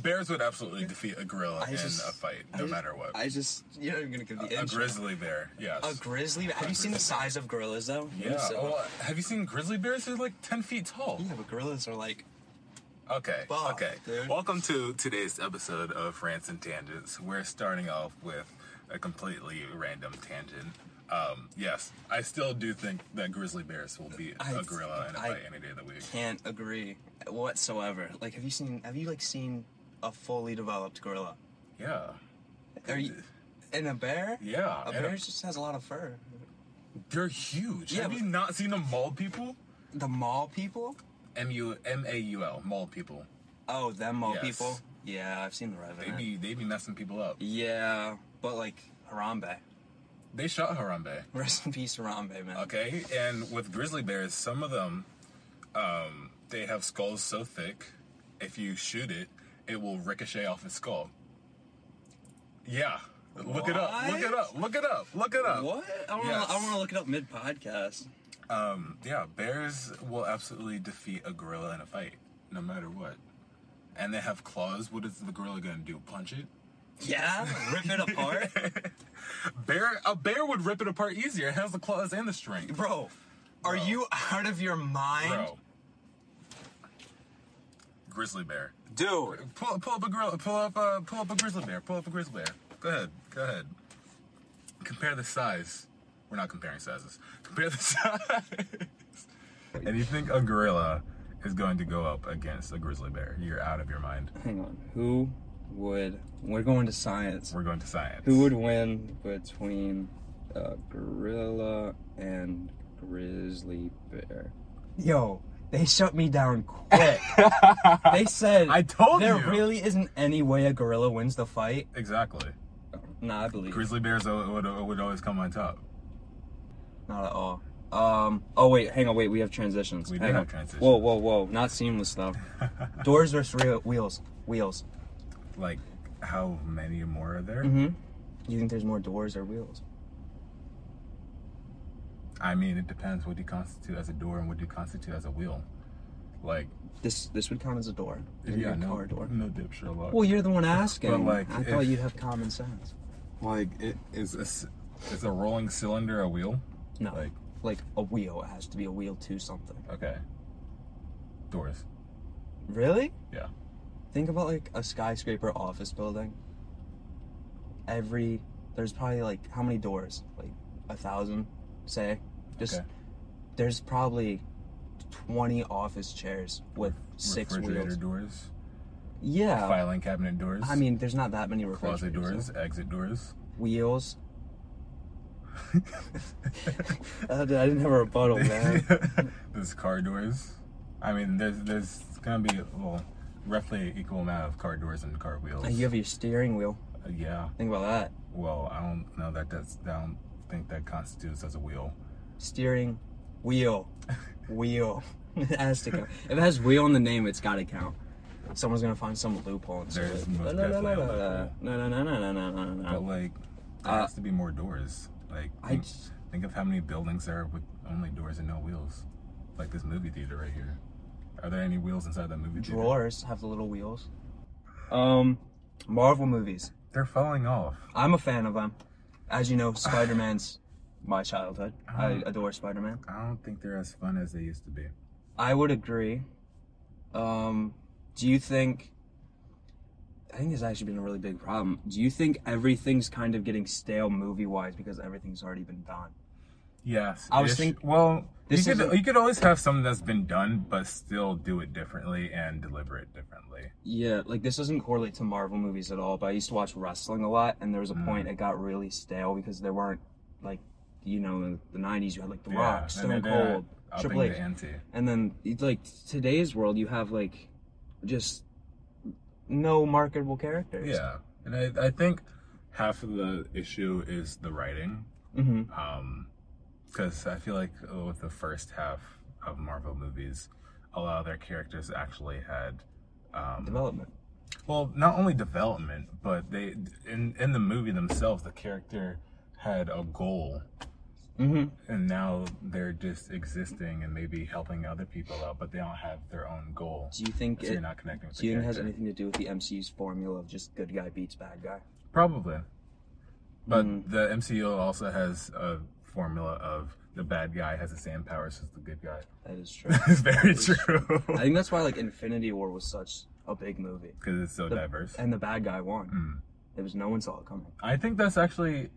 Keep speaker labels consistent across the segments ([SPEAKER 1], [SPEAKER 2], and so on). [SPEAKER 1] Bears would absolutely defeat a gorilla
[SPEAKER 2] I
[SPEAKER 1] in
[SPEAKER 2] just-
[SPEAKER 1] a fight, no
[SPEAKER 2] I-
[SPEAKER 1] matter what.
[SPEAKER 2] I just you're not even gonna give the
[SPEAKER 1] a
[SPEAKER 2] inch.
[SPEAKER 1] grizzly bear, yes.
[SPEAKER 2] A grizzly? Have you seen the size of gorillas though?
[SPEAKER 1] yeah.
[SPEAKER 2] So-
[SPEAKER 1] well, have you seen grizzly bears? They're like ten feet tall.
[SPEAKER 2] yeah, but gorillas are like
[SPEAKER 1] Okay.
[SPEAKER 2] Fuck,
[SPEAKER 1] okay.
[SPEAKER 2] dude.
[SPEAKER 1] Welcome to today's episode of Rants and Tangents. We're starting off with a completely random tangent. Um, yes, I still do think that grizzly bears will be
[SPEAKER 2] I-
[SPEAKER 1] a gorilla in a
[SPEAKER 2] I-
[SPEAKER 1] fight any day of the week.
[SPEAKER 2] can't agree whatsoever. Like, have you seen? Have you like seen a fully developed gorilla?
[SPEAKER 1] Yeah.
[SPEAKER 2] Are you? And a bear?
[SPEAKER 1] Yeah,
[SPEAKER 2] A
[SPEAKER 1] and
[SPEAKER 2] bear
[SPEAKER 1] a-
[SPEAKER 2] just has a lot of fur.
[SPEAKER 1] They're huge.
[SPEAKER 2] Yeah,
[SPEAKER 1] Have you
[SPEAKER 2] but-
[SPEAKER 1] not seen them maul people?
[SPEAKER 2] The mall people?
[SPEAKER 1] M U M A U L, maul people.
[SPEAKER 2] Oh, them mall
[SPEAKER 1] Yes.
[SPEAKER 2] people? Yeah, I've seen the
[SPEAKER 1] They
[SPEAKER 2] Revenant.
[SPEAKER 1] be they be messing people up.
[SPEAKER 2] Yeah, but like Harambe.
[SPEAKER 1] They shot Harambe.
[SPEAKER 2] Rest in peace, Harambe, man.
[SPEAKER 1] Okay, and with grizzly bears, some of them, um, they have skulls so thick, if you shoot it, it will ricochet off its skull. Yeah, look it up. Look it up. Look it up. Look it up.
[SPEAKER 2] What? I want to.
[SPEAKER 1] Yes.
[SPEAKER 2] I want to look it up mid podcast.
[SPEAKER 1] Um, yeah, bears will absolutely defeat a gorilla in a fight, no matter what. And they have claws. What is the gorilla gonna do? Punch it?
[SPEAKER 2] Yeah, rip it apart,
[SPEAKER 1] Bear? A bear would rip it apart easier. It has the claws and the strength,
[SPEAKER 2] bro. Are
[SPEAKER 1] Bro.
[SPEAKER 2] you out of your mind,
[SPEAKER 1] bro. Grizzly bear.
[SPEAKER 2] dude?
[SPEAKER 1] Pull, pull up a gorilla. Pull up a pull up a grizzly bear. Pull up a grizzly bear. Go ahead. Go ahead. Compare the size. We're not comparing sizes. Compare the size. and you think a gorilla is going to go up against a grizzly bear? You're out of your mind.
[SPEAKER 2] Hang on. Who would? We're going to science.
[SPEAKER 1] We're going to science.
[SPEAKER 2] Who would win between a gorilla and grizzly bear? Yo, they shut me down quick. they said
[SPEAKER 1] I told
[SPEAKER 2] there
[SPEAKER 1] you.
[SPEAKER 2] really isn't any way a gorilla wins the fight.
[SPEAKER 1] Exactly.
[SPEAKER 2] Nah, I believe
[SPEAKER 1] Grizzly bears o- would, would always come on top.
[SPEAKER 2] not at all. Um. Oh wait, hang on. Wait, we have transitions.
[SPEAKER 1] We do
[SPEAKER 2] hang
[SPEAKER 1] have
[SPEAKER 2] on.
[SPEAKER 1] transitions.
[SPEAKER 2] Whoa, whoa, whoa! Not seamless stuff. Doors versus re- wheels. Wheels.
[SPEAKER 1] Like, how many more are there?
[SPEAKER 2] Mm-hmm. You think there's more doors or wheels?
[SPEAKER 1] I mean, it depends. What do you constitute as a door, and what do you constitute as a wheel? Like,
[SPEAKER 2] This this would count as a door.
[SPEAKER 1] yeah,
[SPEAKER 2] Your
[SPEAKER 1] no,
[SPEAKER 2] car door.
[SPEAKER 1] no dip, Sherlock.
[SPEAKER 2] Well, you're the one asking.
[SPEAKER 1] But, like,
[SPEAKER 2] I thought
[SPEAKER 1] if-
[SPEAKER 2] you'd have common sense.
[SPEAKER 1] Like it is a s- is a rolling cylinder a wheel?
[SPEAKER 2] No, like,
[SPEAKER 1] Like-
[SPEAKER 2] a wheel. It has to be a wheel to something.
[SPEAKER 1] Okay. Doors.
[SPEAKER 2] Really?
[SPEAKER 1] Yeah.
[SPEAKER 2] Think about like a skyscraper office building. Every there's probably like how many doors? Like a thousand, say. Just
[SPEAKER 1] Okay.
[SPEAKER 2] there's probably twenty office chairs with six
[SPEAKER 1] refrigerator
[SPEAKER 2] wheels.
[SPEAKER 1] doors.
[SPEAKER 2] Yeah.
[SPEAKER 1] Filing cabinet doors.
[SPEAKER 2] I mean, there's not that many
[SPEAKER 1] closet
[SPEAKER 2] refrigerators.
[SPEAKER 1] doors, exit doors.
[SPEAKER 2] Wheels. I didn't have a rebuttal, Oh, man.
[SPEAKER 1] there's car doors. I mean, there's there's gonna be well, roughly equal amount of car doors and car wheels.
[SPEAKER 2] you have your steering wheel.
[SPEAKER 1] Uh, yeah.
[SPEAKER 2] Think about that.
[SPEAKER 1] Well, I don't know that that's I don't think that constitutes as a wheel.
[SPEAKER 2] Steering wheel. Wheel. it has to count. If it has wheel in the name, it's gotta count. Someone's gonna find some loophole and say,
[SPEAKER 1] There's
[SPEAKER 2] no,
[SPEAKER 1] most
[SPEAKER 2] no, no,
[SPEAKER 1] definitely
[SPEAKER 2] no,
[SPEAKER 1] a
[SPEAKER 2] no,
[SPEAKER 1] loophole.
[SPEAKER 2] no, no, no, no, no, no,
[SPEAKER 1] But
[SPEAKER 2] no.
[SPEAKER 1] like, there
[SPEAKER 2] Uh,
[SPEAKER 1] has to be more doors. Like,
[SPEAKER 2] I
[SPEAKER 1] think,
[SPEAKER 2] just-
[SPEAKER 1] think of how many buildings there are with only doors and no wheels. Like this movie theater right here. Are there any wheels inside that movie theater?
[SPEAKER 2] Drawers have the little wheels. Um, Marvel movies.
[SPEAKER 1] They're falling off.
[SPEAKER 2] I'm a fan of them. As you know, Spider Man's my childhood.
[SPEAKER 1] Uh-huh.
[SPEAKER 2] I adore Spider Man.
[SPEAKER 1] I don't think they're as fun as they used to be.
[SPEAKER 2] I would agree. Um, do you think? I think it's actually been a really big problem. Do you think everything's kind of getting stale movie wise because everything's already been done?
[SPEAKER 1] Yes.
[SPEAKER 2] I was
[SPEAKER 1] ish.
[SPEAKER 2] think-
[SPEAKER 1] Well,
[SPEAKER 2] This
[SPEAKER 1] you
[SPEAKER 2] isn't-
[SPEAKER 1] could you could always have something that's been done, but still do it differently and deliver it differently.
[SPEAKER 2] Yeah, like this doesn't correlate to Marvel movies at all. But I used to watch wrestling a lot, and there was a point it got really stale because there weren't like you know in the '90s you had like The Rock,
[SPEAKER 1] and
[SPEAKER 2] Stone
[SPEAKER 1] they're- they're
[SPEAKER 2] Cold,
[SPEAKER 1] upping
[SPEAKER 2] Triple H,
[SPEAKER 1] the ante.
[SPEAKER 2] and then it's like today's world you have like just no marketable characters.
[SPEAKER 1] Yeah, and I, I think half of the issue is the writing.
[SPEAKER 2] hmm
[SPEAKER 1] um because i feel like uh, with the first half of marvel movies a lot of their characters actually had um
[SPEAKER 2] Development.
[SPEAKER 1] well not only development but they in in the movie themselves the character had a goal
[SPEAKER 2] Mm-hmm.
[SPEAKER 1] and now they're just existing and maybe helping other people out, but they don't have their own goal.
[SPEAKER 2] Do you think
[SPEAKER 1] So you're
[SPEAKER 2] it?
[SPEAKER 1] not connecting with
[SPEAKER 2] Do you
[SPEAKER 1] the
[SPEAKER 2] think it has
[SPEAKER 1] character.
[SPEAKER 2] anything to do with the MCU's formula of just good guy beats bad guy?
[SPEAKER 1] Probably. But
[SPEAKER 2] Mm.
[SPEAKER 1] the MCU also has a formula of the bad guy has the same powers as the good guy.
[SPEAKER 2] That is true.
[SPEAKER 1] It's very
[SPEAKER 2] That is
[SPEAKER 1] true.
[SPEAKER 2] I think that's why like Infinity War was such a big movie,
[SPEAKER 1] Because it's so
[SPEAKER 2] The-
[SPEAKER 1] diverse.
[SPEAKER 2] and the bad guy won.
[SPEAKER 1] Mm.
[SPEAKER 2] There was no one saw it coming.
[SPEAKER 1] I think that's actually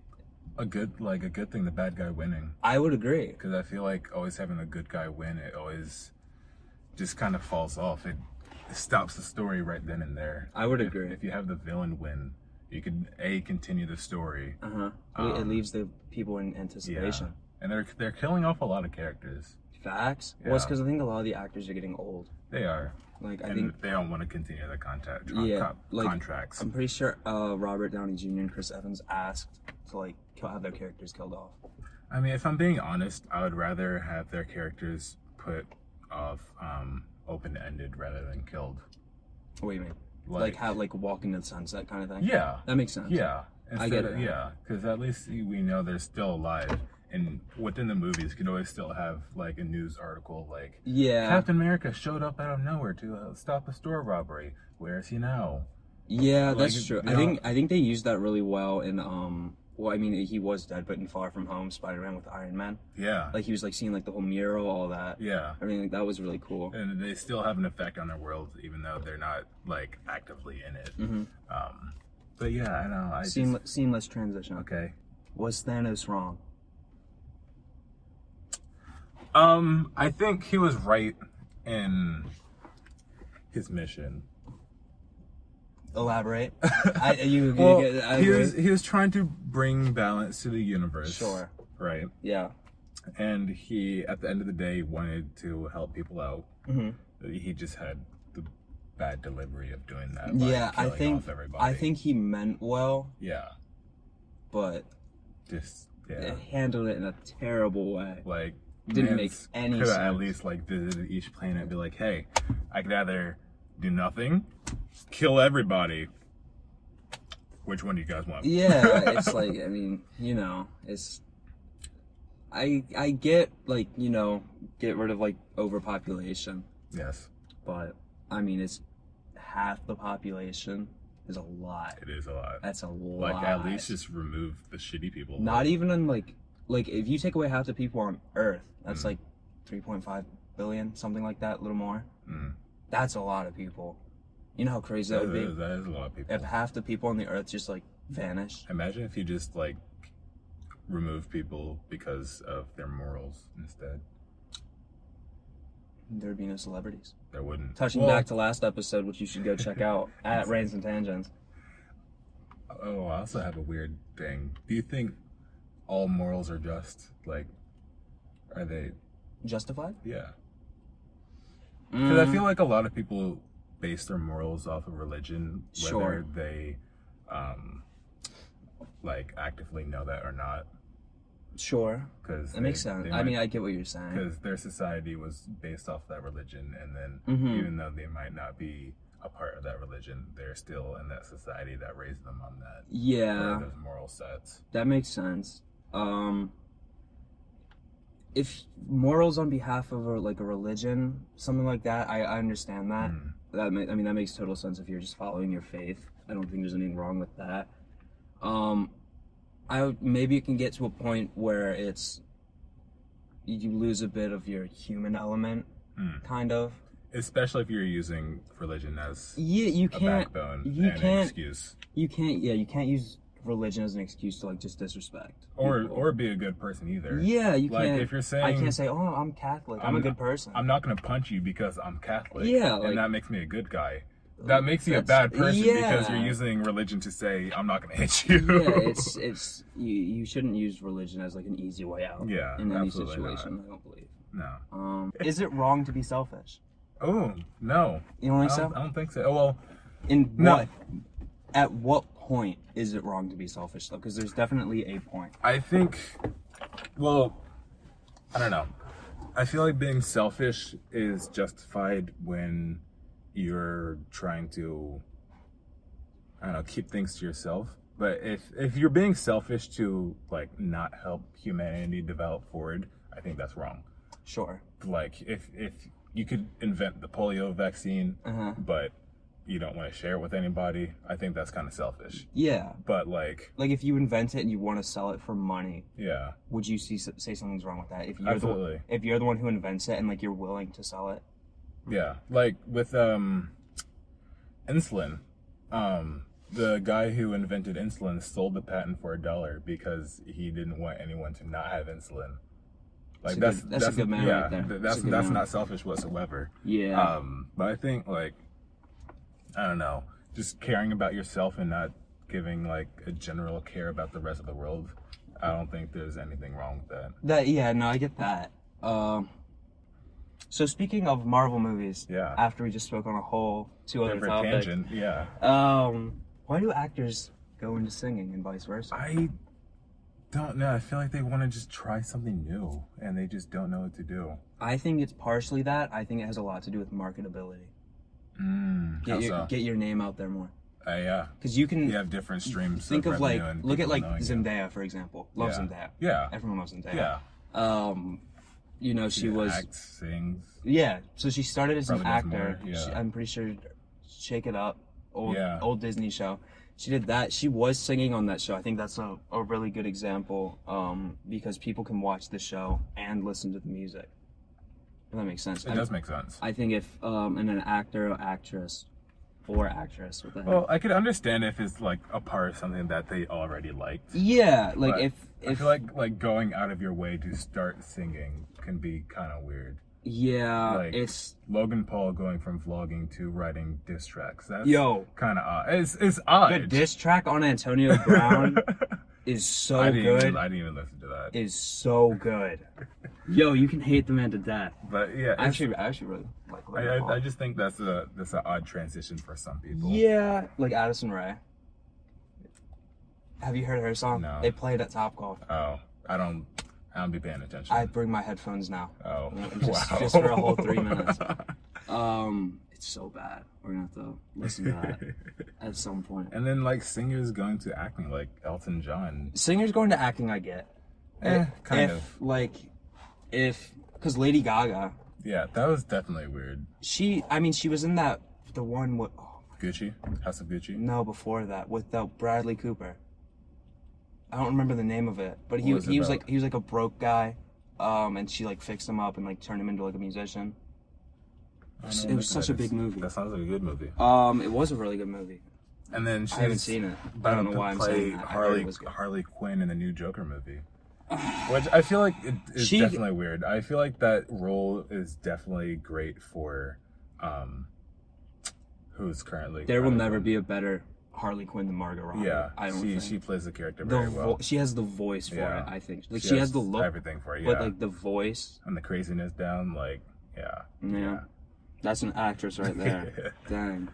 [SPEAKER 1] a good like a good thing the bad guy winning
[SPEAKER 2] I would agree.
[SPEAKER 1] because I feel like always having the good guy win it always just kind of falls off. It stops the story right then and there.
[SPEAKER 2] I would
[SPEAKER 1] If-
[SPEAKER 2] agree.
[SPEAKER 1] If you have the villain win, you can a continue the story,
[SPEAKER 2] Uh huh. it
[SPEAKER 1] Um,
[SPEAKER 2] leaves the people in anticipation.
[SPEAKER 1] and they're they're killing off a lot of characters.
[SPEAKER 2] Facts. Well, it's
[SPEAKER 1] Yeah.
[SPEAKER 2] because I think a lot of the actors are getting old.
[SPEAKER 1] They are,
[SPEAKER 2] Like I
[SPEAKER 1] and
[SPEAKER 2] think
[SPEAKER 1] they don't want to continue the contract.
[SPEAKER 2] Yeah,
[SPEAKER 1] co-
[SPEAKER 2] like-
[SPEAKER 1] contracts.
[SPEAKER 2] I'm pretty sure uh, Robert Downey Jr. and Chris Evans asked to like kill, have their characters killed off.
[SPEAKER 1] I mean, if I'm being honest, I would rather have their characters put off um, open ended rather than killed.
[SPEAKER 2] What do you mean? Like,
[SPEAKER 1] Like,
[SPEAKER 2] have like walking to the sunset kind of thing.
[SPEAKER 1] yeah,
[SPEAKER 2] That makes sense.
[SPEAKER 1] yeah.
[SPEAKER 2] I get
[SPEAKER 1] Instead of-
[SPEAKER 2] it.
[SPEAKER 1] Yeah, because at least we know they're still alive, and within the movies, could always still have like a news article like
[SPEAKER 2] Yeah.
[SPEAKER 1] Captain America showed up out of nowhere to uh, stop a store robbery. Where is he now?
[SPEAKER 2] Yeah, that's
[SPEAKER 1] Like,
[SPEAKER 2] true.
[SPEAKER 1] they
[SPEAKER 2] I think
[SPEAKER 1] don't-
[SPEAKER 2] I think they used that really well in um well, I mean he was dead, but in Far From Home, Spider Man with Iron Man.
[SPEAKER 1] Yeah,
[SPEAKER 2] Like he was like seeing like the whole mural, all that.
[SPEAKER 1] yeah.
[SPEAKER 2] I mean like, that was really cool.
[SPEAKER 1] And they still have an effect on their world, even though they're not like actively in it.
[SPEAKER 2] Mm-hmm.
[SPEAKER 1] Um, but yeah, I know. I just,
[SPEAKER 2] Seamless, seamless transition.
[SPEAKER 1] okay.
[SPEAKER 2] Was Thanos wrong?
[SPEAKER 1] Um, I think he was right in his mission.
[SPEAKER 2] Elaborate. I you, you
[SPEAKER 1] Well,
[SPEAKER 2] get, I
[SPEAKER 1] he
[SPEAKER 2] agree.
[SPEAKER 1] was he was trying to bring balance to the universe.
[SPEAKER 2] Sure.
[SPEAKER 1] Right.
[SPEAKER 2] Yeah.
[SPEAKER 1] And he, at the end of the day, wanted to help people out.
[SPEAKER 2] hmm
[SPEAKER 1] He just had the bad delivery of doing that. by
[SPEAKER 2] Yeah, I
[SPEAKER 1] killing
[SPEAKER 2] think
[SPEAKER 1] off everybody.
[SPEAKER 2] I think he meant well,
[SPEAKER 1] Yeah.
[SPEAKER 2] but
[SPEAKER 1] Just
[SPEAKER 2] they
[SPEAKER 1] yeah.
[SPEAKER 2] handled it in a terrible way.
[SPEAKER 1] Like
[SPEAKER 2] Didn't make
[SPEAKER 1] Mance
[SPEAKER 2] any
[SPEAKER 1] coulda At
[SPEAKER 2] sense.
[SPEAKER 1] least like visited each planet and be like, hey, I could either do nothing, kill everybody. Which one do you guys want?
[SPEAKER 2] Yeah, it's like I mean, you know, it's I I get like, you know, get rid of like overpopulation,
[SPEAKER 1] Yes,
[SPEAKER 2] but I mean, it's half the population is a lot.
[SPEAKER 1] it is a lot.
[SPEAKER 2] That's a lot.
[SPEAKER 1] Like at least just remove the shitty people.
[SPEAKER 2] not even on like like if you take away half the people on earth, that's
[SPEAKER 1] Mm.
[SPEAKER 2] like 3.5 billion, something like that, a little more.
[SPEAKER 1] Mm.
[SPEAKER 2] That's a lot of people. You know how crazy that would
[SPEAKER 1] That is-
[SPEAKER 2] be
[SPEAKER 1] that is a lot of people.
[SPEAKER 2] if half the people on the earth just like vanish.
[SPEAKER 1] Imagine if you just like remove people because of their morals instead.
[SPEAKER 2] There'd be no celebrities.
[SPEAKER 1] There wouldn't.
[SPEAKER 2] touching
[SPEAKER 1] Well,
[SPEAKER 2] back to last episode, which you should go check out at Rains and Tangents.
[SPEAKER 1] Oh, I also have a weird thing. Do you think all morals are just? Like, are they?
[SPEAKER 2] Justified?
[SPEAKER 1] Yeah. Because I feel
[SPEAKER 2] Mm.
[SPEAKER 1] like a lot of people base their morals off of religion, whether
[SPEAKER 2] Sure.
[SPEAKER 1] they, um, like actively know that or not.
[SPEAKER 2] sure.
[SPEAKER 1] Because
[SPEAKER 2] That makes sense. I mean, I get what you're saying.
[SPEAKER 1] because their society was based off that religion, and then
[SPEAKER 2] Mhm.
[SPEAKER 1] even though they might not be a part of that religion, they're still in that society that raised them on that
[SPEAKER 2] Yeah,
[SPEAKER 1] or those moral sets.
[SPEAKER 2] that makes sense. Um, if morals on behalf of a, like a religion, something like that, I, I understand that.
[SPEAKER 1] Mm.
[SPEAKER 2] That ma- I mean, that makes total sense if you're just following your faith. I don't think there's anything wrong with that. Um, I would- maybe it can get to a point where it's you lose a bit of your human element,
[SPEAKER 1] Mm.
[SPEAKER 2] kind of.
[SPEAKER 1] Especially if you're using religion as
[SPEAKER 2] Yeah, you
[SPEAKER 1] a
[SPEAKER 2] can't.
[SPEAKER 1] backbone
[SPEAKER 2] you
[SPEAKER 1] and an
[SPEAKER 2] can't-
[SPEAKER 1] excuse,
[SPEAKER 2] You can't. Yeah, you can't use religion as an excuse to like just disrespect.
[SPEAKER 1] or
[SPEAKER 2] people.
[SPEAKER 1] or be a good person either.
[SPEAKER 2] yeah, you
[SPEAKER 1] like
[SPEAKER 2] can't.
[SPEAKER 1] if you're saying
[SPEAKER 2] I can't say, oh, I'm Catholic. I'm, a
[SPEAKER 1] I'm-
[SPEAKER 2] good person.
[SPEAKER 1] I'm not gonna punch you because I'm Catholic.
[SPEAKER 2] Yeah, like- Oh,
[SPEAKER 1] and that makes me a good guy. That makes you a
[SPEAKER 2] That's-
[SPEAKER 1] bad person because
[SPEAKER 2] yeah.
[SPEAKER 1] you're using religion to say I'm not gonna hit you.
[SPEAKER 2] yeah, it's it's you, you shouldn't use religion as like an easy way out.
[SPEAKER 1] Yeah,
[SPEAKER 2] in any
[SPEAKER 1] absolutely not.
[SPEAKER 2] situation, I don't believe.
[SPEAKER 1] no.
[SPEAKER 2] Um, is it wrong to be selfish?
[SPEAKER 1] Oh no,
[SPEAKER 2] You don't
[SPEAKER 1] I don't,
[SPEAKER 2] think
[SPEAKER 1] I
[SPEAKER 2] so?
[SPEAKER 1] don't think so. Oh well,
[SPEAKER 2] In
[SPEAKER 1] No.
[SPEAKER 2] what? At what point is it wrong to be selfish though? Because there's definitely a point.
[SPEAKER 1] I think, well, I don't know. I feel like being selfish is justified when you're trying to, I don't know, keep things to yourself. But if if you're being selfish to like not help humanity develop forward, I think that's wrong.
[SPEAKER 2] Sure.
[SPEAKER 1] Like if if you could invent the polio vaccine,
[SPEAKER 2] Uh-huh.
[SPEAKER 1] but you don't want to share it with anybody, I think that's kind of selfish.
[SPEAKER 2] Yeah.
[SPEAKER 1] But like,
[SPEAKER 2] Like if you invent it and you want to sell it for money,
[SPEAKER 1] yeah,
[SPEAKER 2] would you see say something's wrong with that? If you're the
[SPEAKER 1] absolutely,
[SPEAKER 2] if you're the one who invents it and like you're willing to sell it,
[SPEAKER 1] yeah. Like with um, insulin, um, the guy who invented insulin sold the patent for a dollar because he didn't want anyone to not have insulin. Like that's
[SPEAKER 2] That's a good- that's a good man
[SPEAKER 1] yeah,
[SPEAKER 2] right there.
[SPEAKER 1] th-
[SPEAKER 2] That's
[SPEAKER 1] That's
[SPEAKER 2] a
[SPEAKER 1] that's,
[SPEAKER 2] good man.
[SPEAKER 1] not selfish whatsoever.
[SPEAKER 2] yeah,
[SPEAKER 1] Um, but I think like I don't know, just caring about yourself and not giving like a general care about the rest of the world. I don't think there's anything wrong with that.
[SPEAKER 2] that yeah, no, I get that. Um, so speaking of Marvel movies,
[SPEAKER 1] Yeah.
[SPEAKER 2] after we just spoke on a whole two other
[SPEAKER 1] Different
[SPEAKER 2] topics,
[SPEAKER 1] tangent, yeah.
[SPEAKER 2] um, why do actors go into singing and vice versa?
[SPEAKER 1] I don't know. I feel like they want to just try something new and they just don't know what to do.
[SPEAKER 2] I think it's partially that. I think it has a lot to do with marketability.
[SPEAKER 1] Mm,
[SPEAKER 2] Get
[SPEAKER 1] how
[SPEAKER 2] your
[SPEAKER 1] so?
[SPEAKER 2] get your name out there more
[SPEAKER 1] Uh, yeah,
[SPEAKER 2] because you can
[SPEAKER 1] you have different streams.
[SPEAKER 2] think of like
[SPEAKER 1] revenue and
[SPEAKER 2] look at
[SPEAKER 1] people
[SPEAKER 2] like
[SPEAKER 1] knowing you.
[SPEAKER 2] Zendaya for example. Love
[SPEAKER 1] Yeah.
[SPEAKER 2] Zendaya.
[SPEAKER 1] Yeah,
[SPEAKER 2] Everyone loves Zendaya.
[SPEAKER 1] yeah.
[SPEAKER 2] Um, you know she was
[SPEAKER 1] acts, sings.
[SPEAKER 2] yeah. So she started as an
[SPEAKER 1] Probably does
[SPEAKER 2] actor.
[SPEAKER 1] more, yeah.
[SPEAKER 2] She- I'm pretty sure Shake It Up, old
[SPEAKER 1] Yeah.
[SPEAKER 2] old Disney show. She did that. She was singing on that show. I think that's a, a really good example um, because people can watch the show and listen to the music. If that makes sense.
[SPEAKER 1] It
[SPEAKER 2] I-
[SPEAKER 1] does make sense.
[SPEAKER 2] I think if um, and an actor or actress or actress with a
[SPEAKER 1] Well, I could understand if it's like a part of something that they already liked.
[SPEAKER 2] yeah, like
[SPEAKER 1] but
[SPEAKER 2] if
[SPEAKER 1] I
[SPEAKER 2] if
[SPEAKER 1] feel like like going out of your way to start singing can be kind of weird.
[SPEAKER 2] yeah,
[SPEAKER 1] like-
[SPEAKER 2] it's
[SPEAKER 1] Logan Paul going from vlogging to writing diss tracks. That's
[SPEAKER 2] Yo.
[SPEAKER 1] kind of odd. It's it's odd.
[SPEAKER 2] the diss track on Antonio Brown is so
[SPEAKER 1] I didn't
[SPEAKER 2] Oh, good.
[SPEAKER 1] even, I didn't even listen to that.
[SPEAKER 2] Is so good. Yo, you can hate the man to death.
[SPEAKER 1] but yeah, it's-
[SPEAKER 2] Actually, I actually really like.
[SPEAKER 1] I,
[SPEAKER 2] Logan Paul.
[SPEAKER 1] I, I just think that's a that's an odd transition for some people.
[SPEAKER 2] yeah, like Addison Rae. Have you heard her song?
[SPEAKER 1] No.
[SPEAKER 2] They played at Top Golf.
[SPEAKER 1] Oh, I don't I don't be paying attention.
[SPEAKER 2] I bring my headphones now.
[SPEAKER 1] oh,
[SPEAKER 2] Just-
[SPEAKER 1] wow.
[SPEAKER 2] just for a whole three minutes. Um, it's so bad. We're gonna have to listen to that at some point.
[SPEAKER 1] and then like singers going to acting like Elton John.
[SPEAKER 2] Singers going to acting, I get.
[SPEAKER 1] Eh, kind
[SPEAKER 2] if,
[SPEAKER 1] of.
[SPEAKER 2] Like, if because Lady Gaga,
[SPEAKER 1] Yeah, that was definitely weird.
[SPEAKER 2] she, I mean, she was in that the one with oh,
[SPEAKER 1] Gucci, House of Gucci.
[SPEAKER 2] no before that with the Bradley Cooper. I don't remember the name of it, but he
[SPEAKER 1] What was it
[SPEAKER 2] he was
[SPEAKER 1] about?
[SPEAKER 2] like he was like a broke guy, um, and she like fixed him up and like turned him into like a musician.
[SPEAKER 1] I
[SPEAKER 2] was-
[SPEAKER 1] don't
[SPEAKER 2] it was
[SPEAKER 1] think
[SPEAKER 2] such a
[SPEAKER 1] that is-
[SPEAKER 2] big movie.
[SPEAKER 1] That sounds like a good movie.
[SPEAKER 2] Um, it was a really good movie.
[SPEAKER 1] And then she's
[SPEAKER 2] I haven't seen it. I
[SPEAKER 1] about
[SPEAKER 2] don't know
[SPEAKER 1] to
[SPEAKER 2] why I'm
[SPEAKER 1] play
[SPEAKER 2] saying that. I heard
[SPEAKER 1] Harley
[SPEAKER 2] it was good.
[SPEAKER 1] Harley Quinn in the new Joker movie, which I feel like it, it's
[SPEAKER 2] She-
[SPEAKER 1] definitely weird. I feel like that role is definitely great for um, who's currently.
[SPEAKER 2] There will never be a better Harley Quinn than Margot Robbie.
[SPEAKER 1] Yeah,
[SPEAKER 2] I don't
[SPEAKER 1] she
[SPEAKER 2] think.
[SPEAKER 1] she plays the character
[SPEAKER 2] the
[SPEAKER 1] very well.
[SPEAKER 2] vo- she has the voice for
[SPEAKER 1] Yeah.
[SPEAKER 2] it. I think like she, has, the look,
[SPEAKER 1] everything for it. Yeah,
[SPEAKER 2] but like the voice.
[SPEAKER 1] and the craziness down. Like yeah,
[SPEAKER 2] Yeah. that's an actress right
[SPEAKER 1] yeah.
[SPEAKER 2] there. Dang.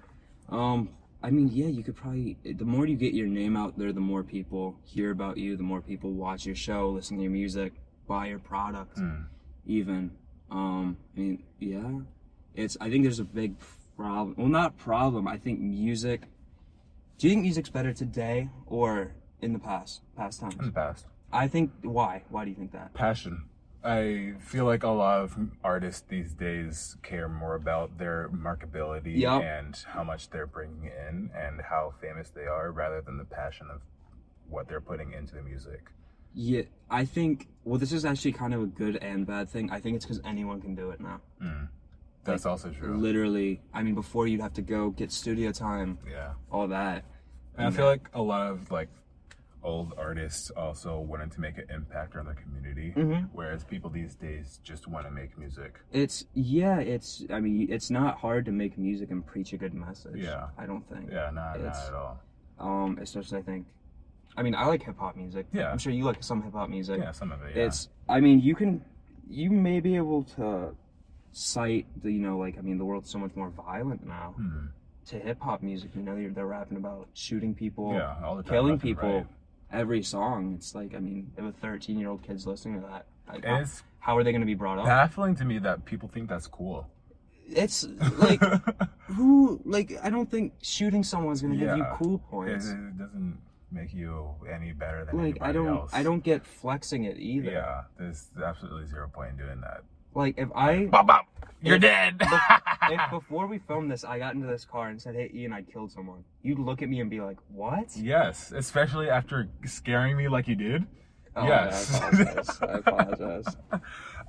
[SPEAKER 2] Um, I mean, yeah, you could probably. The more you get your name out there, the more people hear about you. The more people watch your show, listen to your music, buy your product.
[SPEAKER 1] Mm.
[SPEAKER 2] Even. Um, I mean, yeah, it's. I think there's a big problem. Well, not problem. I think music. Do you think music's better today or in the past past
[SPEAKER 1] In the
[SPEAKER 2] times?
[SPEAKER 1] past.
[SPEAKER 2] I think why? Why do you think that?
[SPEAKER 1] passion. I feel like a lot of artists these days care more about their marketability
[SPEAKER 2] Yup.
[SPEAKER 1] and how much they're bringing in and how famous they are rather than the passion of what they're putting into the music.
[SPEAKER 2] Yeah, I think. Well, this is actually kind of a good and bad thing. I think it's because anyone can do it now.
[SPEAKER 1] That's also true.
[SPEAKER 2] Literally, I mean, before you'd have to go get studio time,
[SPEAKER 1] yeah.
[SPEAKER 2] all that.
[SPEAKER 1] And
[SPEAKER 2] Mm.
[SPEAKER 1] I feel like a lot of like old artists also wanted to make an impact on their community
[SPEAKER 2] Mm-hmm.
[SPEAKER 1] whereas people these days just want to make music.
[SPEAKER 2] It's yeah, it's. I mean, it's not hard to make music and preach a good message.
[SPEAKER 1] Yeah.
[SPEAKER 2] I don't think.
[SPEAKER 1] Yeah, not, not
[SPEAKER 2] It's-
[SPEAKER 1] at all.
[SPEAKER 2] Um, especially I think. I mean, I like hip hop music.
[SPEAKER 1] Yeah.
[SPEAKER 2] I'm sure you like some hip hop music.
[SPEAKER 1] Yeah, some of it. Yeah.
[SPEAKER 2] It's. I mean, you can. You may be able to cite the. You know, like I mean, the world's so much more violent now.
[SPEAKER 1] Hmm.
[SPEAKER 2] To hip hop music, you know, they're, they're rapping about shooting people.
[SPEAKER 1] yeah, all the time.
[SPEAKER 2] killing
[SPEAKER 1] left and
[SPEAKER 2] people
[SPEAKER 1] right.
[SPEAKER 2] every song. It's like, I mean, if a 13 year old kid's listening to that, like,
[SPEAKER 1] And
[SPEAKER 2] how,
[SPEAKER 1] it's
[SPEAKER 2] how are they going to be brought up?
[SPEAKER 1] baffling to me that people think that's cool.
[SPEAKER 2] it's like, who, like, I don't think shooting someone's going to give you
[SPEAKER 1] Yeah.
[SPEAKER 2] cool
[SPEAKER 1] It,
[SPEAKER 2] points.
[SPEAKER 1] it doesn't. make you any better than
[SPEAKER 2] Like I
[SPEAKER 1] anybody
[SPEAKER 2] don't
[SPEAKER 1] else.
[SPEAKER 2] I don't get flexing it either.
[SPEAKER 1] Yeah, there's absolutely zero point in doing that.
[SPEAKER 2] Like if I
[SPEAKER 1] Bop bop, you're
[SPEAKER 2] If-
[SPEAKER 1] dead.
[SPEAKER 2] if before we filmed this I got into this car and said, Hey Ian, I killed someone, you'd look at me and be like, What?
[SPEAKER 1] yes, especially after scaring me like you did.
[SPEAKER 2] Oh,
[SPEAKER 1] Yes.
[SPEAKER 2] I apologize. I apologize.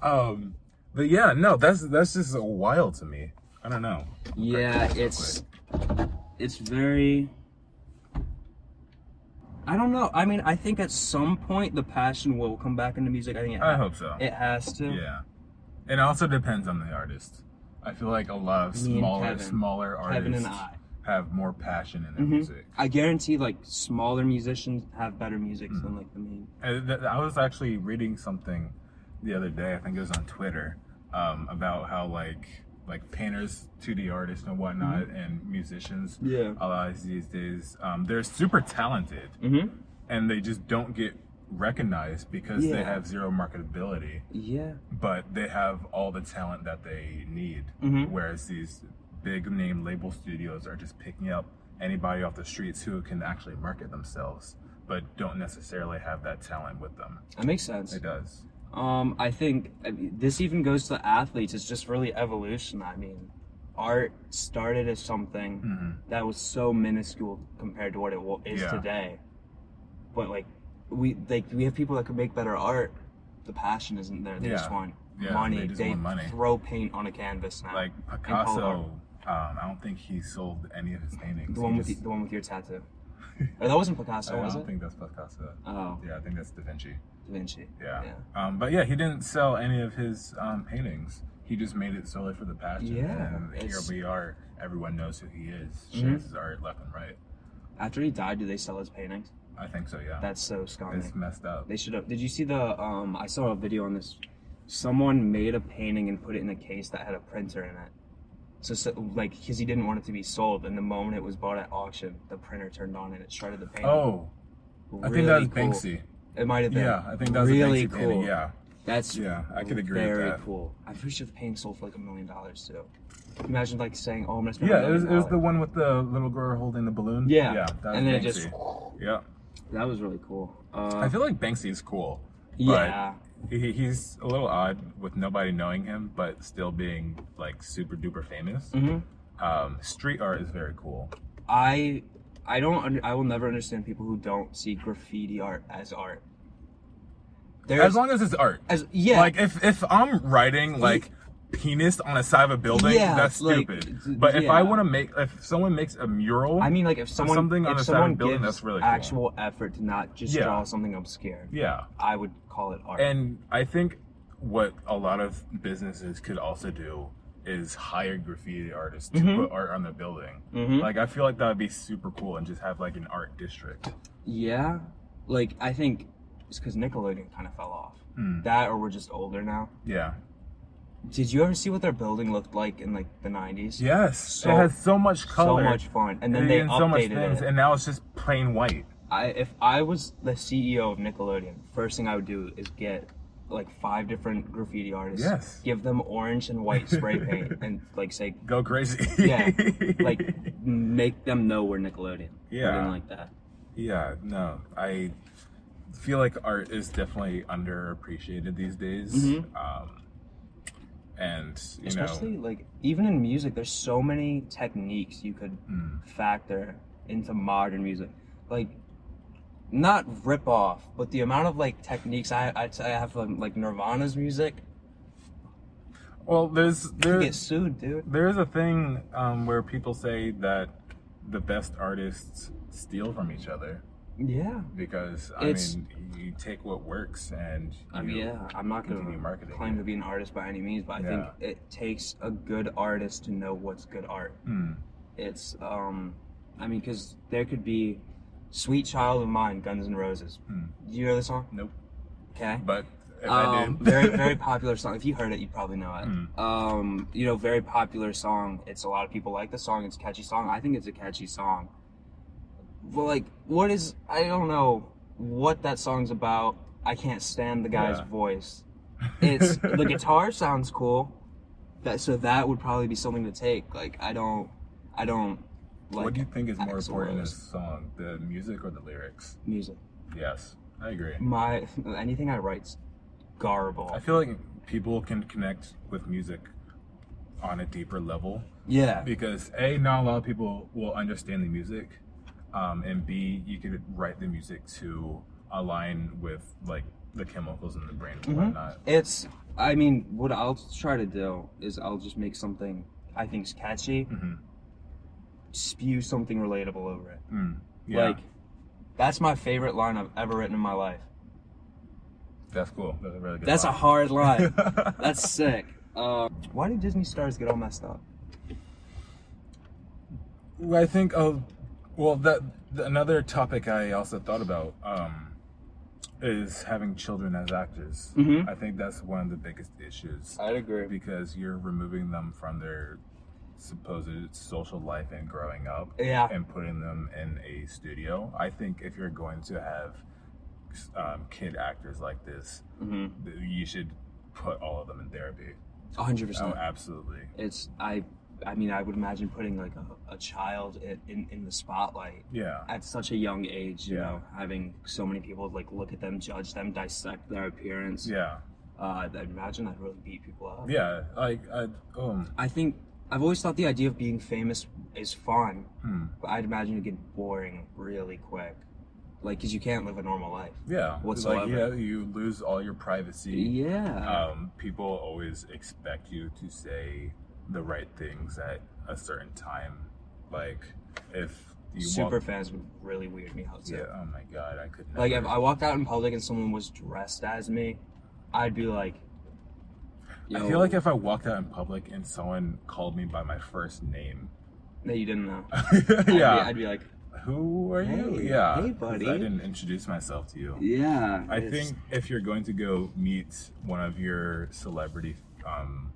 [SPEAKER 1] Um, but yeah, no, that's that's just wild to me. I don't know.
[SPEAKER 2] yeah, it's it's very I don't know. I mean, I think at some point the passion will come back into music. I think it,
[SPEAKER 1] I hope so.
[SPEAKER 2] it has to.
[SPEAKER 1] Yeah, it also depends on the artist. I feel like a lot of
[SPEAKER 2] Me and
[SPEAKER 1] smaller
[SPEAKER 2] Kevin.
[SPEAKER 1] smaller artists
[SPEAKER 2] Kevin and I.
[SPEAKER 1] have more passion in their
[SPEAKER 2] Mhm.
[SPEAKER 1] music.
[SPEAKER 2] I guarantee like smaller musicians have better music
[SPEAKER 1] Mm.
[SPEAKER 2] than like the main.
[SPEAKER 1] I, th- I was actually reading something the other day. I think it was on Twitter um, about how like like painters, 2D artists, and whatnot, and musicians.
[SPEAKER 2] Yeah.
[SPEAKER 1] A lot of these days, um, they're super talented,
[SPEAKER 2] Mm-hmm.
[SPEAKER 1] and they just don't get recognized because they
[SPEAKER 2] Yeah.
[SPEAKER 1] have zero marketability.
[SPEAKER 2] Yeah.
[SPEAKER 1] But they have all the talent that they need.
[SPEAKER 2] Mhm.
[SPEAKER 1] Whereas these big name label studios are just picking up anybody off the streets who can actually market themselves, but don't necessarily have that talent with them.
[SPEAKER 2] That makes sense.
[SPEAKER 1] It does.
[SPEAKER 2] Um, I think I mean, this even goes to athletes. It's just really evolution. I mean, art started as something that was so minuscule compared to what it wa-
[SPEAKER 1] Mm-hmm.
[SPEAKER 2] is
[SPEAKER 1] Yeah.
[SPEAKER 2] today. But like, we like we have people that can make better art. The passion isn't there. They just
[SPEAKER 1] Yeah.
[SPEAKER 2] want
[SPEAKER 1] Yeah,
[SPEAKER 2] money.
[SPEAKER 1] they just want money.
[SPEAKER 2] throw paint on a canvas now.
[SPEAKER 1] Like
[SPEAKER 2] art.
[SPEAKER 1] Picasso, um, I don't think he sold any of his paintings. He
[SPEAKER 2] the one with
[SPEAKER 1] just-
[SPEAKER 2] the, the one with your tattoo. or that wasn't Picasso,
[SPEAKER 1] I
[SPEAKER 2] was
[SPEAKER 1] don't
[SPEAKER 2] it?
[SPEAKER 1] think that's Picasso.
[SPEAKER 2] Oh,
[SPEAKER 1] Yeah, I think that's Da Vinci.
[SPEAKER 2] Da Vinci.
[SPEAKER 1] Yeah.
[SPEAKER 2] Yeah.
[SPEAKER 1] Um, but yeah, he didn't sell any of his um, paintings. He just made it solely for the passion.
[SPEAKER 2] Yeah,
[SPEAKER 1] And here
[SPEAKER 2] it's- Mm-hmm.
[SPEAKER 1] we are. Everyone knows who he is. Shares his art left and right.
[SPEAKER 2] After he died, do they sell his paintings?
[SPEAKER 1] I think so. Yeah.
[SPEAKER 2] That's so scummy.
[SPEAKER 1] it's messed up.
[SPEAKER 2] They should have. Did you see the? Um, I saw a video on this. Someone made a painting and put it in a case that had a printer in it. So, so like, because he didn't want it to be sold, and the moment it was bought at auction, the printer turned on and it shredded the painting.
[SPEAKER 1] Oh, I think that was Banksy.
[SPEAKER 2] It might have been.
[SPEAKER 1] Yeah, I think that was a
[SPEAKER 2] really
[SPEAKER 1] Banksy
[SPEAKER 2] cool.
[SPEAKER 1] painting. Yeah.
[SPEAKER 2] that's
[SPEAKER 1] Yeah, I could agree with
[SPEAKER 2] Very
[SPEAKER 1] that.
[SPEAKER 2] cool. I'm pretty sure the painting sold for like a million dollars too. Imagine like saying, "Oh, I'm gonna spend." a
[SPEAKER 1] Yeah, it was, it
[SPEAKER 2] million
[SPEAKER 1] was the
[SPEAKER 2] dollars."
[SPEAKER 1] one with the little girl holding the balloon.
[SPEAKER 2] Yeah,
[SPEAKER 1] Yeah. That was
[SPEAKER 2] and then
[SPEAKER 1] Banksy.
[SPEAKER 2] it just
[SPEAKER 1] Yeah.
[SPEAKER 2] that was really cool. Uh,
[SPEAKER 1] I feel like Banksy is cool.
[SPEAKER 2] yeah,
[SPEAKER 1] He, he's a little odd with nobody knowing him, but still being like super duper famous.
[SPEAKER 2] hmm
[SPEAKER 1] Um, street art is very cool.
[SPEAKER 2] I I don't under, I will never understand people who don't see graffiti art as art. There's
[SPEAKER 1] As long as it's art.
[SPEAKER 2] as yeah
[SPEAKER 1] Like if if I'm writing like penis on a side of a building,
[SPEAKER 2] Yeah,
[SPEAKER 1] that's
[SPEAKER 2] like,
[SPEAKER 1] stupid.
[SPEAKER 2] d-
[SPEAKER 1] but if I
[SPEAKER 2] yeah.
[SPEAKER 1] want to make if someone makes a mural,
[SPEAKER 2] I mean like if someone
[SPEAKER 1] something
[SPEAKER 2] if
[SPEAKER 1] on the side of
[SPEAKER 2] someone
[SPEAKER 1] a building,
[SPEAKER 2] gives
[SPEAKER 1] that's really cool.
[SPEAKER 2] actual effort to not just
[SPEAKER 1] Yeah.
[SPEAKER 2] draw something obscure,
[SPEAKER 1] yeah.
[SPEAKER 2] I would call it art.
[SPEAKER 1] And I think what a lot of businesses could also do is hire graffiti artists to
[SPEAKER 2] Mhm.
[SPEAKER 1] put art on their building.
[SPEAKER 2] Mhm.
[SPEAKER 1] Like I feel like that would be super cool and just have like an art district.
[SPEAKER 2] yeah, like I think it's because Nickelodeon kind of fell off.
[SPEAKER 1] Hmm.
[SPEAKER 2] That or we're just older now.
[SPEAKER 1] Yeah.
[SPEAKER 2] Did you ever see what their building looked like in like the nineties?
[SPEAKER 1] Yes.
[SPEAKER 2] So-
[SPEAKER 1] it has so much
[SPEAKER 2] so
[SPEAKER 1] color.
[SPEAKER 2] much fun, and then they
[SPEAKER 1] and
[SPEAKER 2] updated
[SPEAKER 1] so much things,
[SPEAKER 2] it.
[SPEAKER 1] and now it's just plain white.
[SPEAKER 2] I if I was the CEO of Nickelodeon, first thing I would do is get like five different graffiti artists.
[SPEAKER 1] Yes.
[SPEAKER 2] Give them orange and white spray paint and like say
[SPEAKER 1] Go crazy.
[SPEAKER 2] yeah, like make them know we're Nickelodeon.
[SPEAKER 1] Yeah.
[SPEAKER 2] Something like that.
[SPEAKER 1] Yeah, no, I feel like art is definitely underappreciated these days.
[SPEAKER 2] Mhm.
[SPEAKER 1] Um, and you
[SPEAKER 2] Especially
[SPEAKER 1] know,
[SPEAKER 2] like even in music, there's so many techniques you could
[SPEAKER 1] mm,
[SPEAKER 2] factor into modern music. Like not rip off, but the amount of like techniques I I, I have from like Nirvana's music,
[SPEAKER 1] well, there's
[SPEAKER 2] you
[SPEAKER 1] there
[SPEAKER 2] get sued, dude.
[SPEAKER 1] there is a thing um, where people say that the best artists steal from each other
[SPEAKER 2] Yeah.
[SPEAKER 1] because I
[SPEAKER 2] It's-
[SPEAKER 1] mean you take what works and
[SPEAKER 2] I mean,
[SPEAKER 1] you-
[SPEAKER 2] yeah, I'm not going
[SPEAKER 1] continue
[SPEAKER 2] to
[SPEAKER 1] marketing
[SPEAKER 2] claim
[SPEAKER 1] it.
[SPEAKER 2] to be an artist by any means, but I think
[SPEAKER 1] Yeah.
[SPEAKER 2] it takes a good artist to know what's good art.
[SPEAKER 1] Mm,
[SPEAKER 2] It's, um, I mean, because there could be "Sweet Child of Mine" Guns N' Roses.
[SPEAKER 1] Hmm.
[SPEAKER 2] Do you know the song?
[SPEAKER 1] nope.
[SPEAKER 2] Okay.
[SPEAKER 1] But if I
[SPEAKER 2] Um,
[SPEAKER 1] did,
[SPEAKER 2] very very popular song. If you heard it, you probably know it.
[SPEAKER 1] Hmm.
[SPEAKER 2] Um, you know, very popular song. It's a lot of people like the song. It's a catchy song. I think it's a catchy song. But like, what is? I don't know what that song's about. I can't stand the guy's
[SPEAKER 1] Yeah.
[SPEAKER 2] voice. It's the guitar sounds cool. That so that would probably be something to take. Like I don't, I don't like
[SPEAKER 1] what do you think is more
[SPEAKER 2] Axl
[SPEAKER 1] important in a
[SPEAKER 2] Rose.
[SPEAKER 1] song, the music or the lyrics?
[SPEAKER 2] music.
[SPEAKER 1] Yes, I agree.
[SPEAKER 2] My anything I write's
[SPEAKER 1] I
[SPEAKER 2] garble.
[SPEAKER 1] feel like people can connect with music on a deeper level
[SPEAKER 2] Yeah.
[SPEAKER 1] because a not a lot of people will understand the music, um, and b you could write the music to align with like the chemicals in the brain
[SPEAKER 2] Mm-hmm.
[SPEAKER 1] and whatnot.
[SPEAKER 2] It's I mean, what I'll try to do is I'll just make something I think's catchy,
[SPEAKER 1] Mhm.
[SPEAKER 2] spew something relatable over it.
[SPEAKER 1] Mm, yeah,
[SPEAKER 2] Like that's my favorite line I've ever written in my life.
[SPEAKER 1] that's cool. That's a really good.
[SPEAKER 2] That's a
[SPEAKER 1] line.
[SPEAKER 2] hard line. that's sick. Uh, why do Disney stars get all messed up?
[SPEAKER 1] Well, I think of well that th- another topic I also thought about um, is having children as actors.
[SPEAKER 2] Mhm.
[SPEAKER 1] I think that's one of the biggest issues
[SPEAKER 2] I'd agree.
[SPEAKER 1] because you're removing them from their supposed social life and growing up
[SPEAKER 2] Yeah.
[SPEAKER 1] and putting them in a studio. I think if you're going to have um, kid actors like this,
[SPEAKER 2] hmm
[SPEAKER 1] th- you should put all of them in therapy.
[SPEAKER 2] 100%.
[SPEAKER 1] Oh, absolutely.
[SPEAKER 2] It's I I mean, I would imagine putting like a, a child in, in in the spotlight
[SPEAKER 1] Yeah.
[SPEAKER 2] at such a young age, you
[SPEAKER 1] Yeah.
[SPEAKER 2] know, having so many people like look at them, judge them, dissect their appearance.
[SPEAKER 1] Yeah.
[SPEAKER 2] Uh, I imagine I'd really beat people up.
[SPEAKER 1] Yeah. Like, I, um,
[SPEAKER 2] I think I've always thought the idea of being famous is fun,
[SPEAKER 1] hmm.
[SPEAKER 2] but I'd imagine it get boring really quick. Like, cause you can't live a normal life.
[SPEAKER 1] Yeah.
[SPEAKER 2] Whatsoever.
[SPEAKER 1] Like, yeah, you lose all your privacy.
[SPEAKER 2] Yeah.
[SPEAKER 1] Um, people always expect you to say the right things at a certain time. Like, if you
[SPEAKER 2] Super
[SPEAKER 1] walk-
[SPEAKER 2] fans would really weird me out too.
[SPEAKER 1] Yeah. Oh my god, I could. Never.
[SPEAKER 2] Like, if I walked out in public and someone was dressed as me, I'd be like,
[SPEAKER 1] I
[SPEAKER 2] "Yo,
[SPEAKER 1] feel like if I walked out in public and someone called me by my first name,
[SPEAKER 2] that you didn't know." I'd be,
[SPEAKER 1] yeah,
[SPEAKER 2] I'd be like,
[SPEAKER 1] who are you?
[SPEAKER 2] Hey,
[SPEAKER 1] yeah,
[SPEAKER 2] hey,
[SPEAKER 1] 'cause
[SPEAKER 2] buddy.
[SPEAKER 1] I didn't introduce myself to you.
[SPEAKER 2] "Yeah."
[SPEAKER 1] I
[SPEAKER 2] it's-
[SPEAKER 1] think if you're going to go meet one of your celebrity, um,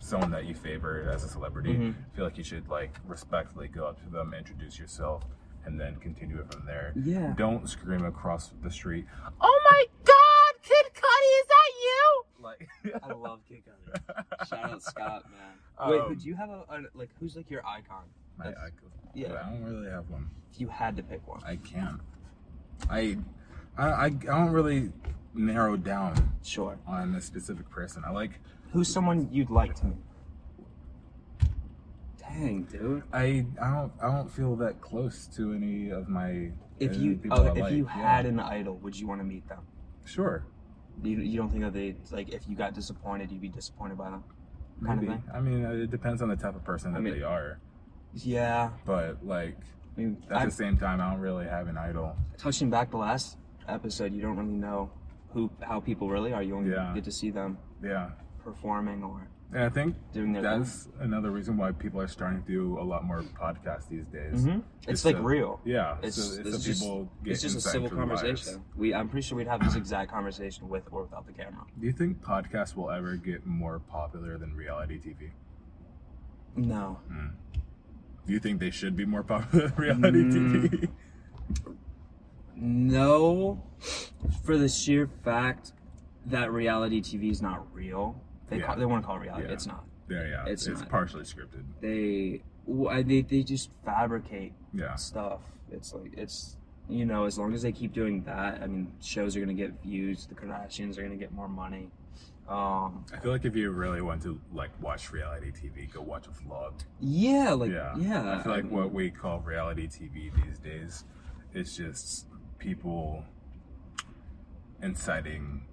[SPEAKER 1] someone that you favor as a celebrity,
[SPEAKER 2] Mhm.
[SPEAKER 1] I feel like you should like respectfully go up to them, introduce yourself, and then continue it from there.
[SPEAKER 2] Yeah.
[SPEAKER 1] Don't scream across the street.
[SPEAKER 3] Oh my god, Kid Cudi, is that you?
[SPEAKER 1] Like,
[SPEAKER 2] I love Kid Cudi. Shout out Scott, man. Wait,
[SPEAKER 1] Um,
[SPEAKER 2] would you have a, a like? Who's like your icon?
[SPEAKER 1] my
[SPEAKER 2] That's-
[SPEAKER 1] icon.
[SPEAKER 2] yeah.
[SPEAKER 1] But I don't really have one.
[SPEAKER 2] If you had to pick one,
[SPEAKER 1] I can't. I, I, I I don't really narrow down
[SPEAKER 2] sure.
[SPEAKER 1] on a specific person. I like
[SPEAKER 2] Who's someone you'd like to meet? Dang, dude.
[SPEAKER 1] I I don't I don't feel that close to any of my
[SPEAKER 2] If
[SPEAKER 1] uh,
[SPEAKER 2] you
[SPEAKER 1] people
[SPEAKER 2] oh,
[SPEAKER 1] I
[SPEAKER 2] if
[SPEAKER 1] like.
[SPEAKER 2] you
[SPEAKER 1] Yeah.
[SPEAKER 2] had an idol, would you want to meet them?
[SPEAKER 1] sure
[SPEAKER 2] You, you don't think that they like if you got disappointed, you'd be disappointed by them? Kind of
[SPEAKER 1] maybe
[SPEAKER 2] thing.
[SPEAKER 1] I mean uh, it depends on the type of person
[SPEAKER 2] I
[SPEAKER 1] that
[SPEAKER 2] mean-
[SPEAKER 1] they are
[SPEAKER 2] Yeah.
[SPEAKER 1] but like
[SPEAKER 2] I mean,
[SPEAKER 1] at
[SPEAKER 2] I,
[SPEAKER 1] the same time I don't really have an idol
[SPEAKER 2] touching back the last episode, you don't really know who how people really are. You only
[SPEAKER 1] Yeah.
[SPEAKER 2] get to see them
[SPEAKER 1] yeah
[SPEAKER 2] performing or
[SPEAKER 1] and I think
[SPEAKER 2] doing their thing.
[SPEAKER 1] that's another reason why people are starting to do a lot more podcasts these days
[SPEAKER 2] Mhm. It's, like
[SPEAKER 1] a-
[SPEAKER 2] real.
[SPEAKER 1] yeah
[SPEAKER 2] It's,
[SPEAKER 1] so,
[SPEAKER 2] it's,
[SPEAKER 1] so
[SPEAKER 2] just,
[SPEAKER 1] people get
[SPEAKER 2] it's just a
[SPEAKER 1] insight
[SPEAKER 2] civil
[SPEAKER 1] into their lives.
[SPEAKER 2] conversation. We, I'm pretty sure we'd have this exact conversation with or without the camera.
[SPEAKER 1] do you think podcasts will ever get more popular than reality TV
[SPEAKER 2] No,
[SPEAKER 1] do you think they should be more popular than reality
[SPEAKER 2] Mm.
[SPEAKER 1] TV
[SPEAKER 2] no, for the sheer fact that reality TV is not real. They
[SPEAKER 1] Yeah.
[SPEAKER 2] call, they want to call it reality.
[SPEAKER 1] Yeah.
[SPEAKER 2] It's not.
[SPEAKER 1] yeah yeah
[SPEAKER 2] It's
[SPEAKER 1] it's
[SPEAKER 2] not.
[SPEAKER 1] partially scripted
[SPEAKER 2] They w- I- they they just fabricate
[SPEAKER 1] yeah
[SPEAKER 2] stuff. It's like it's you know as long as they keep doing that, I mean shows are gonna get views. The Kardashians are gonna get more money. Um,
[SPEAKER 1] I feel like if you really want to like watch reality TV, go watch a vlog.
[SPEAKER 2] Yeah, like yeah.
[SPEAKER 1] yeah, I feel like what we call reality TV these days is just people inciting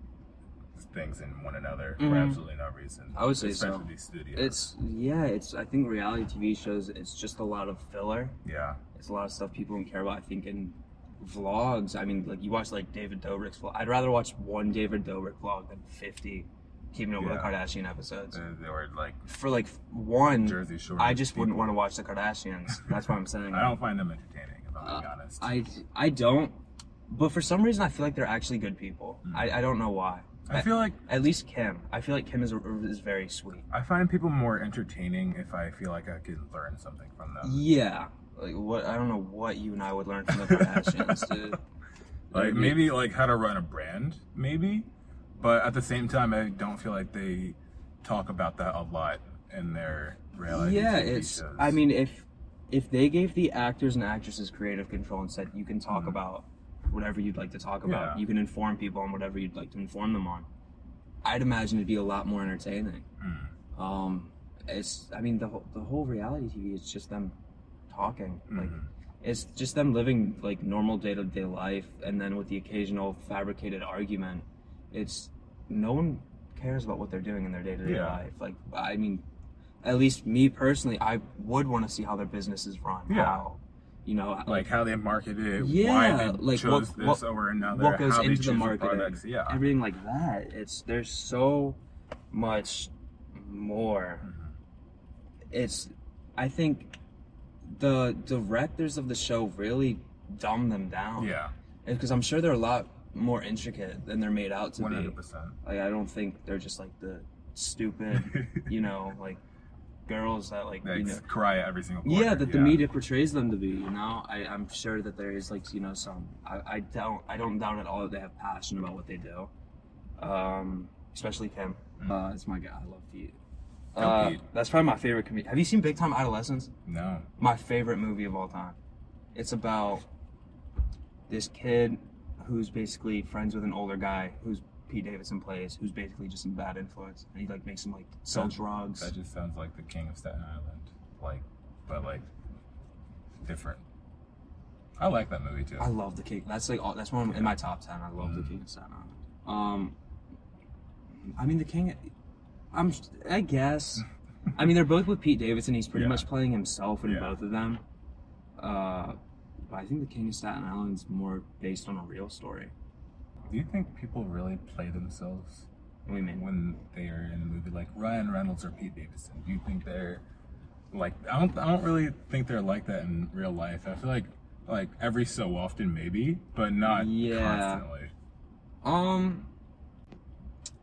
[SPEAKER 1] things in one another for
[SPEAKER 2] Mhm.
[SPEAKER 1] absolutely no reason.
[SPEAKER 2] I would say so.
[SPEAKER 1] especially these studios.
[SPEAKER 2] it's yeah, it's I think reality TV shows it's just a lot of filler.
[SPEAKER 1] yeah,
[SPEAKER 2] It's a lot of stuff people don't care about. I think in vlogs, I mean like you watch like David Dobrik's vlog. I'd rather watch one David Dobrik vlog than fifty Keeping Up with the
[SPEAKER 1] Yeah.
[SPEAKER 2] Kardashian episodes.
[SPEAKER 1] they, they were like
[SPEAKER 2] For like one
[SPEAKER 1] Jersey Shore.
[SPEAKER 2] I just wouldn't
[SPEAKER 1] people.
[SPEAKER 2] want to watch the Kardashians. That's what I'm saying.
[SPEAKER 1] I don't find them entertaining. If I'm
[SPEAKER 2] Uh,
[SPEAKER 1] being honest, I,
[SPEAKER 2] I I don't but for some reason I feel like they're actually good people.
[SPEAKER 1] Hmm.
[SPEAKER 2] I, I don't know why.
[SPEAKER 1] feel like
[SPEAKER 2] At least Kim. I feel like Kim is is very sweet.
[SPEAKER 1] I find people more entertaining if I feel like I could learn something from them.
[SPEAKER 2] Yeah. Like what I don't know what you and I would learn from the Kardashians, dude.
[SPEAKER 1] like maybe like how to run a brand maybe but at the same time i don't feel like they talk about that a lot in their reality
[SPEAKER 2] Yeah,
[SPEAKER 1] TV
[SPEAKER 2] it's
[SPEAKER 1] shows.
[SPEAKER 2] I mean if if they gave the actors and actresses creative control and said you can talk about whatever you'd like to talk about,
[SPEAKER 1] Yeah.
[SPEAKER 2] you can inform people on whatever you'd like to inform them on, I'd imagine it'd be a lot more entertaining. Um, it's I mean the whole the whole reality TV is just them talking like.
[SPEAKER 1] Mm-hmm.
[SPEAKER 2] It's just them living like normal day to day life, and then with the occasional fabricated argument, it's no one cares about what they're doing in their day to day
[SPEAKER 1] Yeah.
[SPEAKER 2] life. Like, I mean, at least me personally, I would want to see how their business is run.
[SPEAKER 1] Yeah.
[SPEAKER 2] How, you know,
[SPEAKER 1] like how they market it,
[SPEAKER 2] Yeah,
[SPEAKER 1] why they
[SPEAKER 2] like,
[SPEAKER 1] chose
[SPEAKER 2] what-
[SPEAKER 1] this
[SPEAKER 2] what-
[SPEAKER 1] over another,
[SPEAKER 2] what goes
[SPEAKER 1] how they
[SPEAKER 2] into the
[SPEAKER 1] choose
[SPEAKER 2] marketing,
[SPEAKER 1] products. Yeah,
[SPEAKER 2] everything like that. It's there's so much more.
[SPEAKER 1] Mm-hmm.
[SPEAKER 2] It's I think the directors of the show really dumb them down.
[SPEAKER 1] yeah,
[SPEAKER 2] because I'm sure they're a lot more intricate than they're made out to
[SPEAKER 1] one
[SPEAKER 2] be.
[SPEAKER 1] hundred percent.
[SPEAKER 2] Like I don't think they're just like the stupid, you know, like girls that like
[SPEAKER 1] They
[SPEAKER 2] you know.
[SPEAKER 1] ex- cry at every single.
[SPEAKER 2] Yeah,
[SPEAKER 1] quarter,
[SPEAKER 2] that the media portrays them to be. You know, I, I'm sure that there is like you know some. I, I don't I don't doubt at all that they have passion about what they do. Um, especially Kim. Uh, it's my guy. I love Pete.
[SPEAKER 1] Mm. Go
[SPEAKER 2] Uh,
[SPEAKER 1] Pete.
[SPEAKER 2] that's probably my favorite comedian. Have you seen Big Time Adolescence?
[SPEAKER 1] No.
[SPEAKER 2] my favorite movie of all time. It's about this kid who's basically friends with an older guy who's Pete Davidson plays, who's basically just a bad influence, and he like makes him like sell
[SPEAKER 1] That-
[SPEAKER 2] drugs.
[SPEAKER 1] That just sounds like the King of Staten Island, like, but like different. I like that movie too.
[SPEAKER 2] I love the King. That's like all, that's one of, in my top ten. I love
[SPEAKER 1] Mm.
[SPEAKER 2] the King of Staten Island. Um, I mean the King. I'm I guess. I mean they're both with Pete Davidson. He's pretty
[SPEAKER 1] Yeah.
[SPEAKER 2] much playing himself in
[SPEAKER 1] Yeah.
[SPEAKER 2] both of them. Uh, but I think the King of Staten Island's more based on a real story.
[SPEAKER 1] Do you think people really play themselves
[SPEAKER 2] What do you mean?
[SPEAKER 1] when they are in a movie like Ryan Reynolds or Pete Davidson? Do you think they're like I don't I don't really think they're like that in real life. I feel like like every so often maybe, but not
[SPEAKER 2] Yeah.
[SPEAKER 1] constantly.
[SPEAKER 2] Um.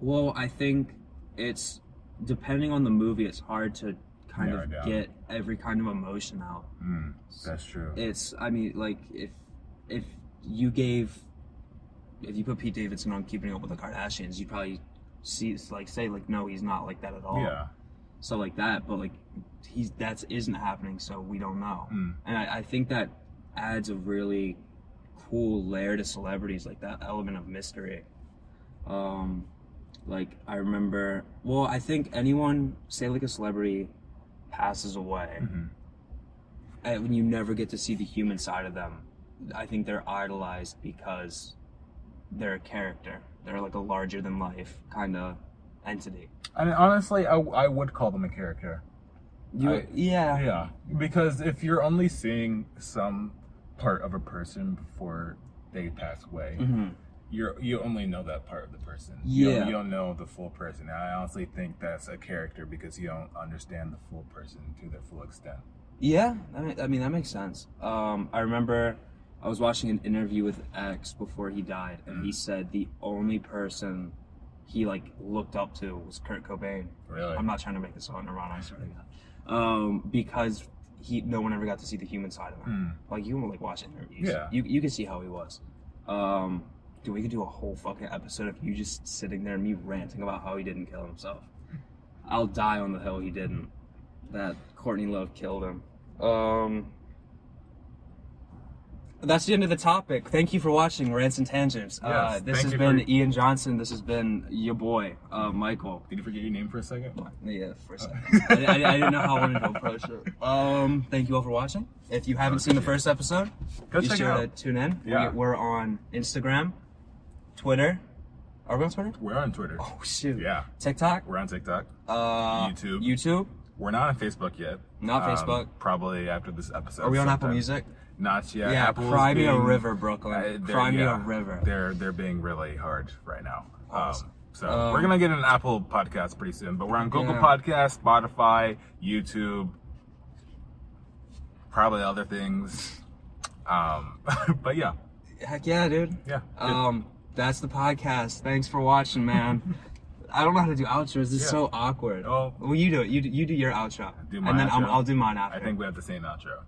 [SPEAKER 2] Well, I think it's depending on the movie. It's hard to kind
[SPEAKER 1] Narrow
[SPEAKER 2] of
[SPEAKER 1] down.
[SPEAKER 2] get every kind of emotion out.
[SPEAKER 1] Mm, that's true.
[SPEAKER 2] It's. I mean, like if if you gave if you put Pete Davidson on Keeping Up with the Kardashians, you'd probably see like say like no, he's not like that at all.
[SPEAKER 1] yeah.
[SPEAKER 2] So like that, but like he's that's isn't happening. So we don't know.
[SPEAKER 1] Mm.
[SPEAKER 2] And I, I think that adds a really cool layer to celebrities, like that element of mystery. Um, like I remember, well, I think anyone, say like a celebrity, passes away,
[SPEAKER 1] Mhm.
[SPEAKER 2] and when you never get to see the human side of them, I think they're idolized because they're a character. They're like a larger than life kind of entity.
[SPEAKER 1] And honestly, I, I would call them a character.
[SPEAKER 2] You,
[SPEAKER 1] I-
[SPEAKER 2] yeah,
[SPEAKER 1] Yeah, because if you're only seeing some part of a person before they pass away,
[SPEAKER 2] Mhm.
[SPEAKER 1] you're you only know that part of the person. You don't-
[SPEAKER 2] Yeah.
[SPEAKER 1] you don't know the full person. And I honestly think that's a character because you don't understand the full person to their full extent.
[SPEAKER 2] Yeah, I mean, I mean that makes sense. Um, I remember I was watching an interview with X before he died, and he said the only person he like looked up to was Kurt Cobain.
[SPEAKER 1] Really?
[SPEAKER 2] I'm not trying to make this out Nirvana. I swear to God. Um, because he no one ever got to see the human side of him. Like you can like watch interviews.
[SPEAKER 1] Hmm. Yeah.
[SPEAKER 2] You you can see how he was. Um, dude, we could do a whole fucking episode of you just sitting there and me ranting about how he didn't kill himself. I'll die on the hill he didn't. That Courtney Love killed him. Um. That's the end of the topic. Thank you for watching Rants and Tangents. uh,
[SPEAKER 1] Yes,
[SPEAKER 2] this
[SPEAKER 1] thank
[SPEAKER 2] has
[SPEAKER 1] you
[SPEAKER 2] been
[SPEAKER 1] for-
[SPEAKER 2] Ian Johnson. This has been your boy, uh, Michael.
[SPEAKER 1] Did you forget your name for a second?
[SPEAKER 2] Yeah, for
[SPEAKER 1] Uh,
[SPEAKER 2] a second. I, I, I didn't know how I wanted to approach it. Um, thank you all for watching. If you haven't seen the first episode,
[SPEAKER 1] Go
[SPEAKER 2] be
[SPEAKER 1] check it
[SPEAKER 2] sure to
[SPEAKER 1] out.
[SPEAKER 2] tune in. We-
[SPEAKER 1] Yeah.
[SPEAKER 2] We're on Instagram, Twitter. Are we on Twitter?
[SPEAKER 1] We're on Twitter.
[SPEAKER 2] Oh, shoot.
[SPEAKER 1] Yeah.
[SPEAKER 2] TikTok.
[SPEAKER 1] We're on TikTok.
[SPEAKER 2] Uh,
[SPEAKER 1] YouTube.
[SPEAKER 2] YouTube.
[SPEAKER 1] We're not on Facebook yet. Um,
[SPEAKER 2] Not Facebook.
[SPEAKER 1] Probably after this episode.
[SPEAKER 2] Are we on Apple
[SPEAKER 1] sometime.
[SPEAKER 2] Music?
[SPEAKER 1] Not yet.
[SPEAKER 2] Yeah,
[SPEAKER 1] Apple's
[SPEAKER 2] cry me a
[SPEAKER 1] being-
[SPEAKER 2] river, Brooklyn.
[SPEAKER 1] Uh, they're-
[SPEAKER 2] cry me a
[SPEAKER 1] yeah,
[SPEAKER 2] river.
[SPEAKER 1] They're they're being really hard right now.
[SPEAKER 2] Awesome.
[SPEAKER 1] Um, so
[SPEAKER 2] Um,
[SPEAKER 1] we're gonna get an Apple podcast pretty soon, but we're on Google
[SPEAKER 2] Yeah.
[SPEAKER 1] Podcast, Spotify, YouTube, probably other things. Um, but yeah,
[SPEAKER 2] Heck yeah, dude.
[SPEAKER 1] yeah. good.
[SPEAKER 2] Um, that's the podcast. Thanks for watching, man. I don't know how to do outros. This is
[SPEAKER 1] Yeah.
[SPEAKER 2] so awkward.
[SPEAKER 1] Oh.
[SPEAKER 2] well, you do it. You do, you do your outro,
[SPEAKER 1] Do my
[SPEAKER 2] and then I'm,
[SPEAKER 1] outro?
[SPEAKER 2] I'll do mine after.
[SPEAKER 1] I think we have the same outro.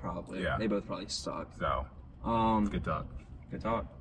[SPEAKER 2] probably.
[SPEAKER 1] Yeah.
[SPEAKER 2] They both probably suck.
[SPEAKER 1] So
[SPEAKER 2] Um,
[SPEAKER 1] good talk.
[SPEAKER 2] good talk.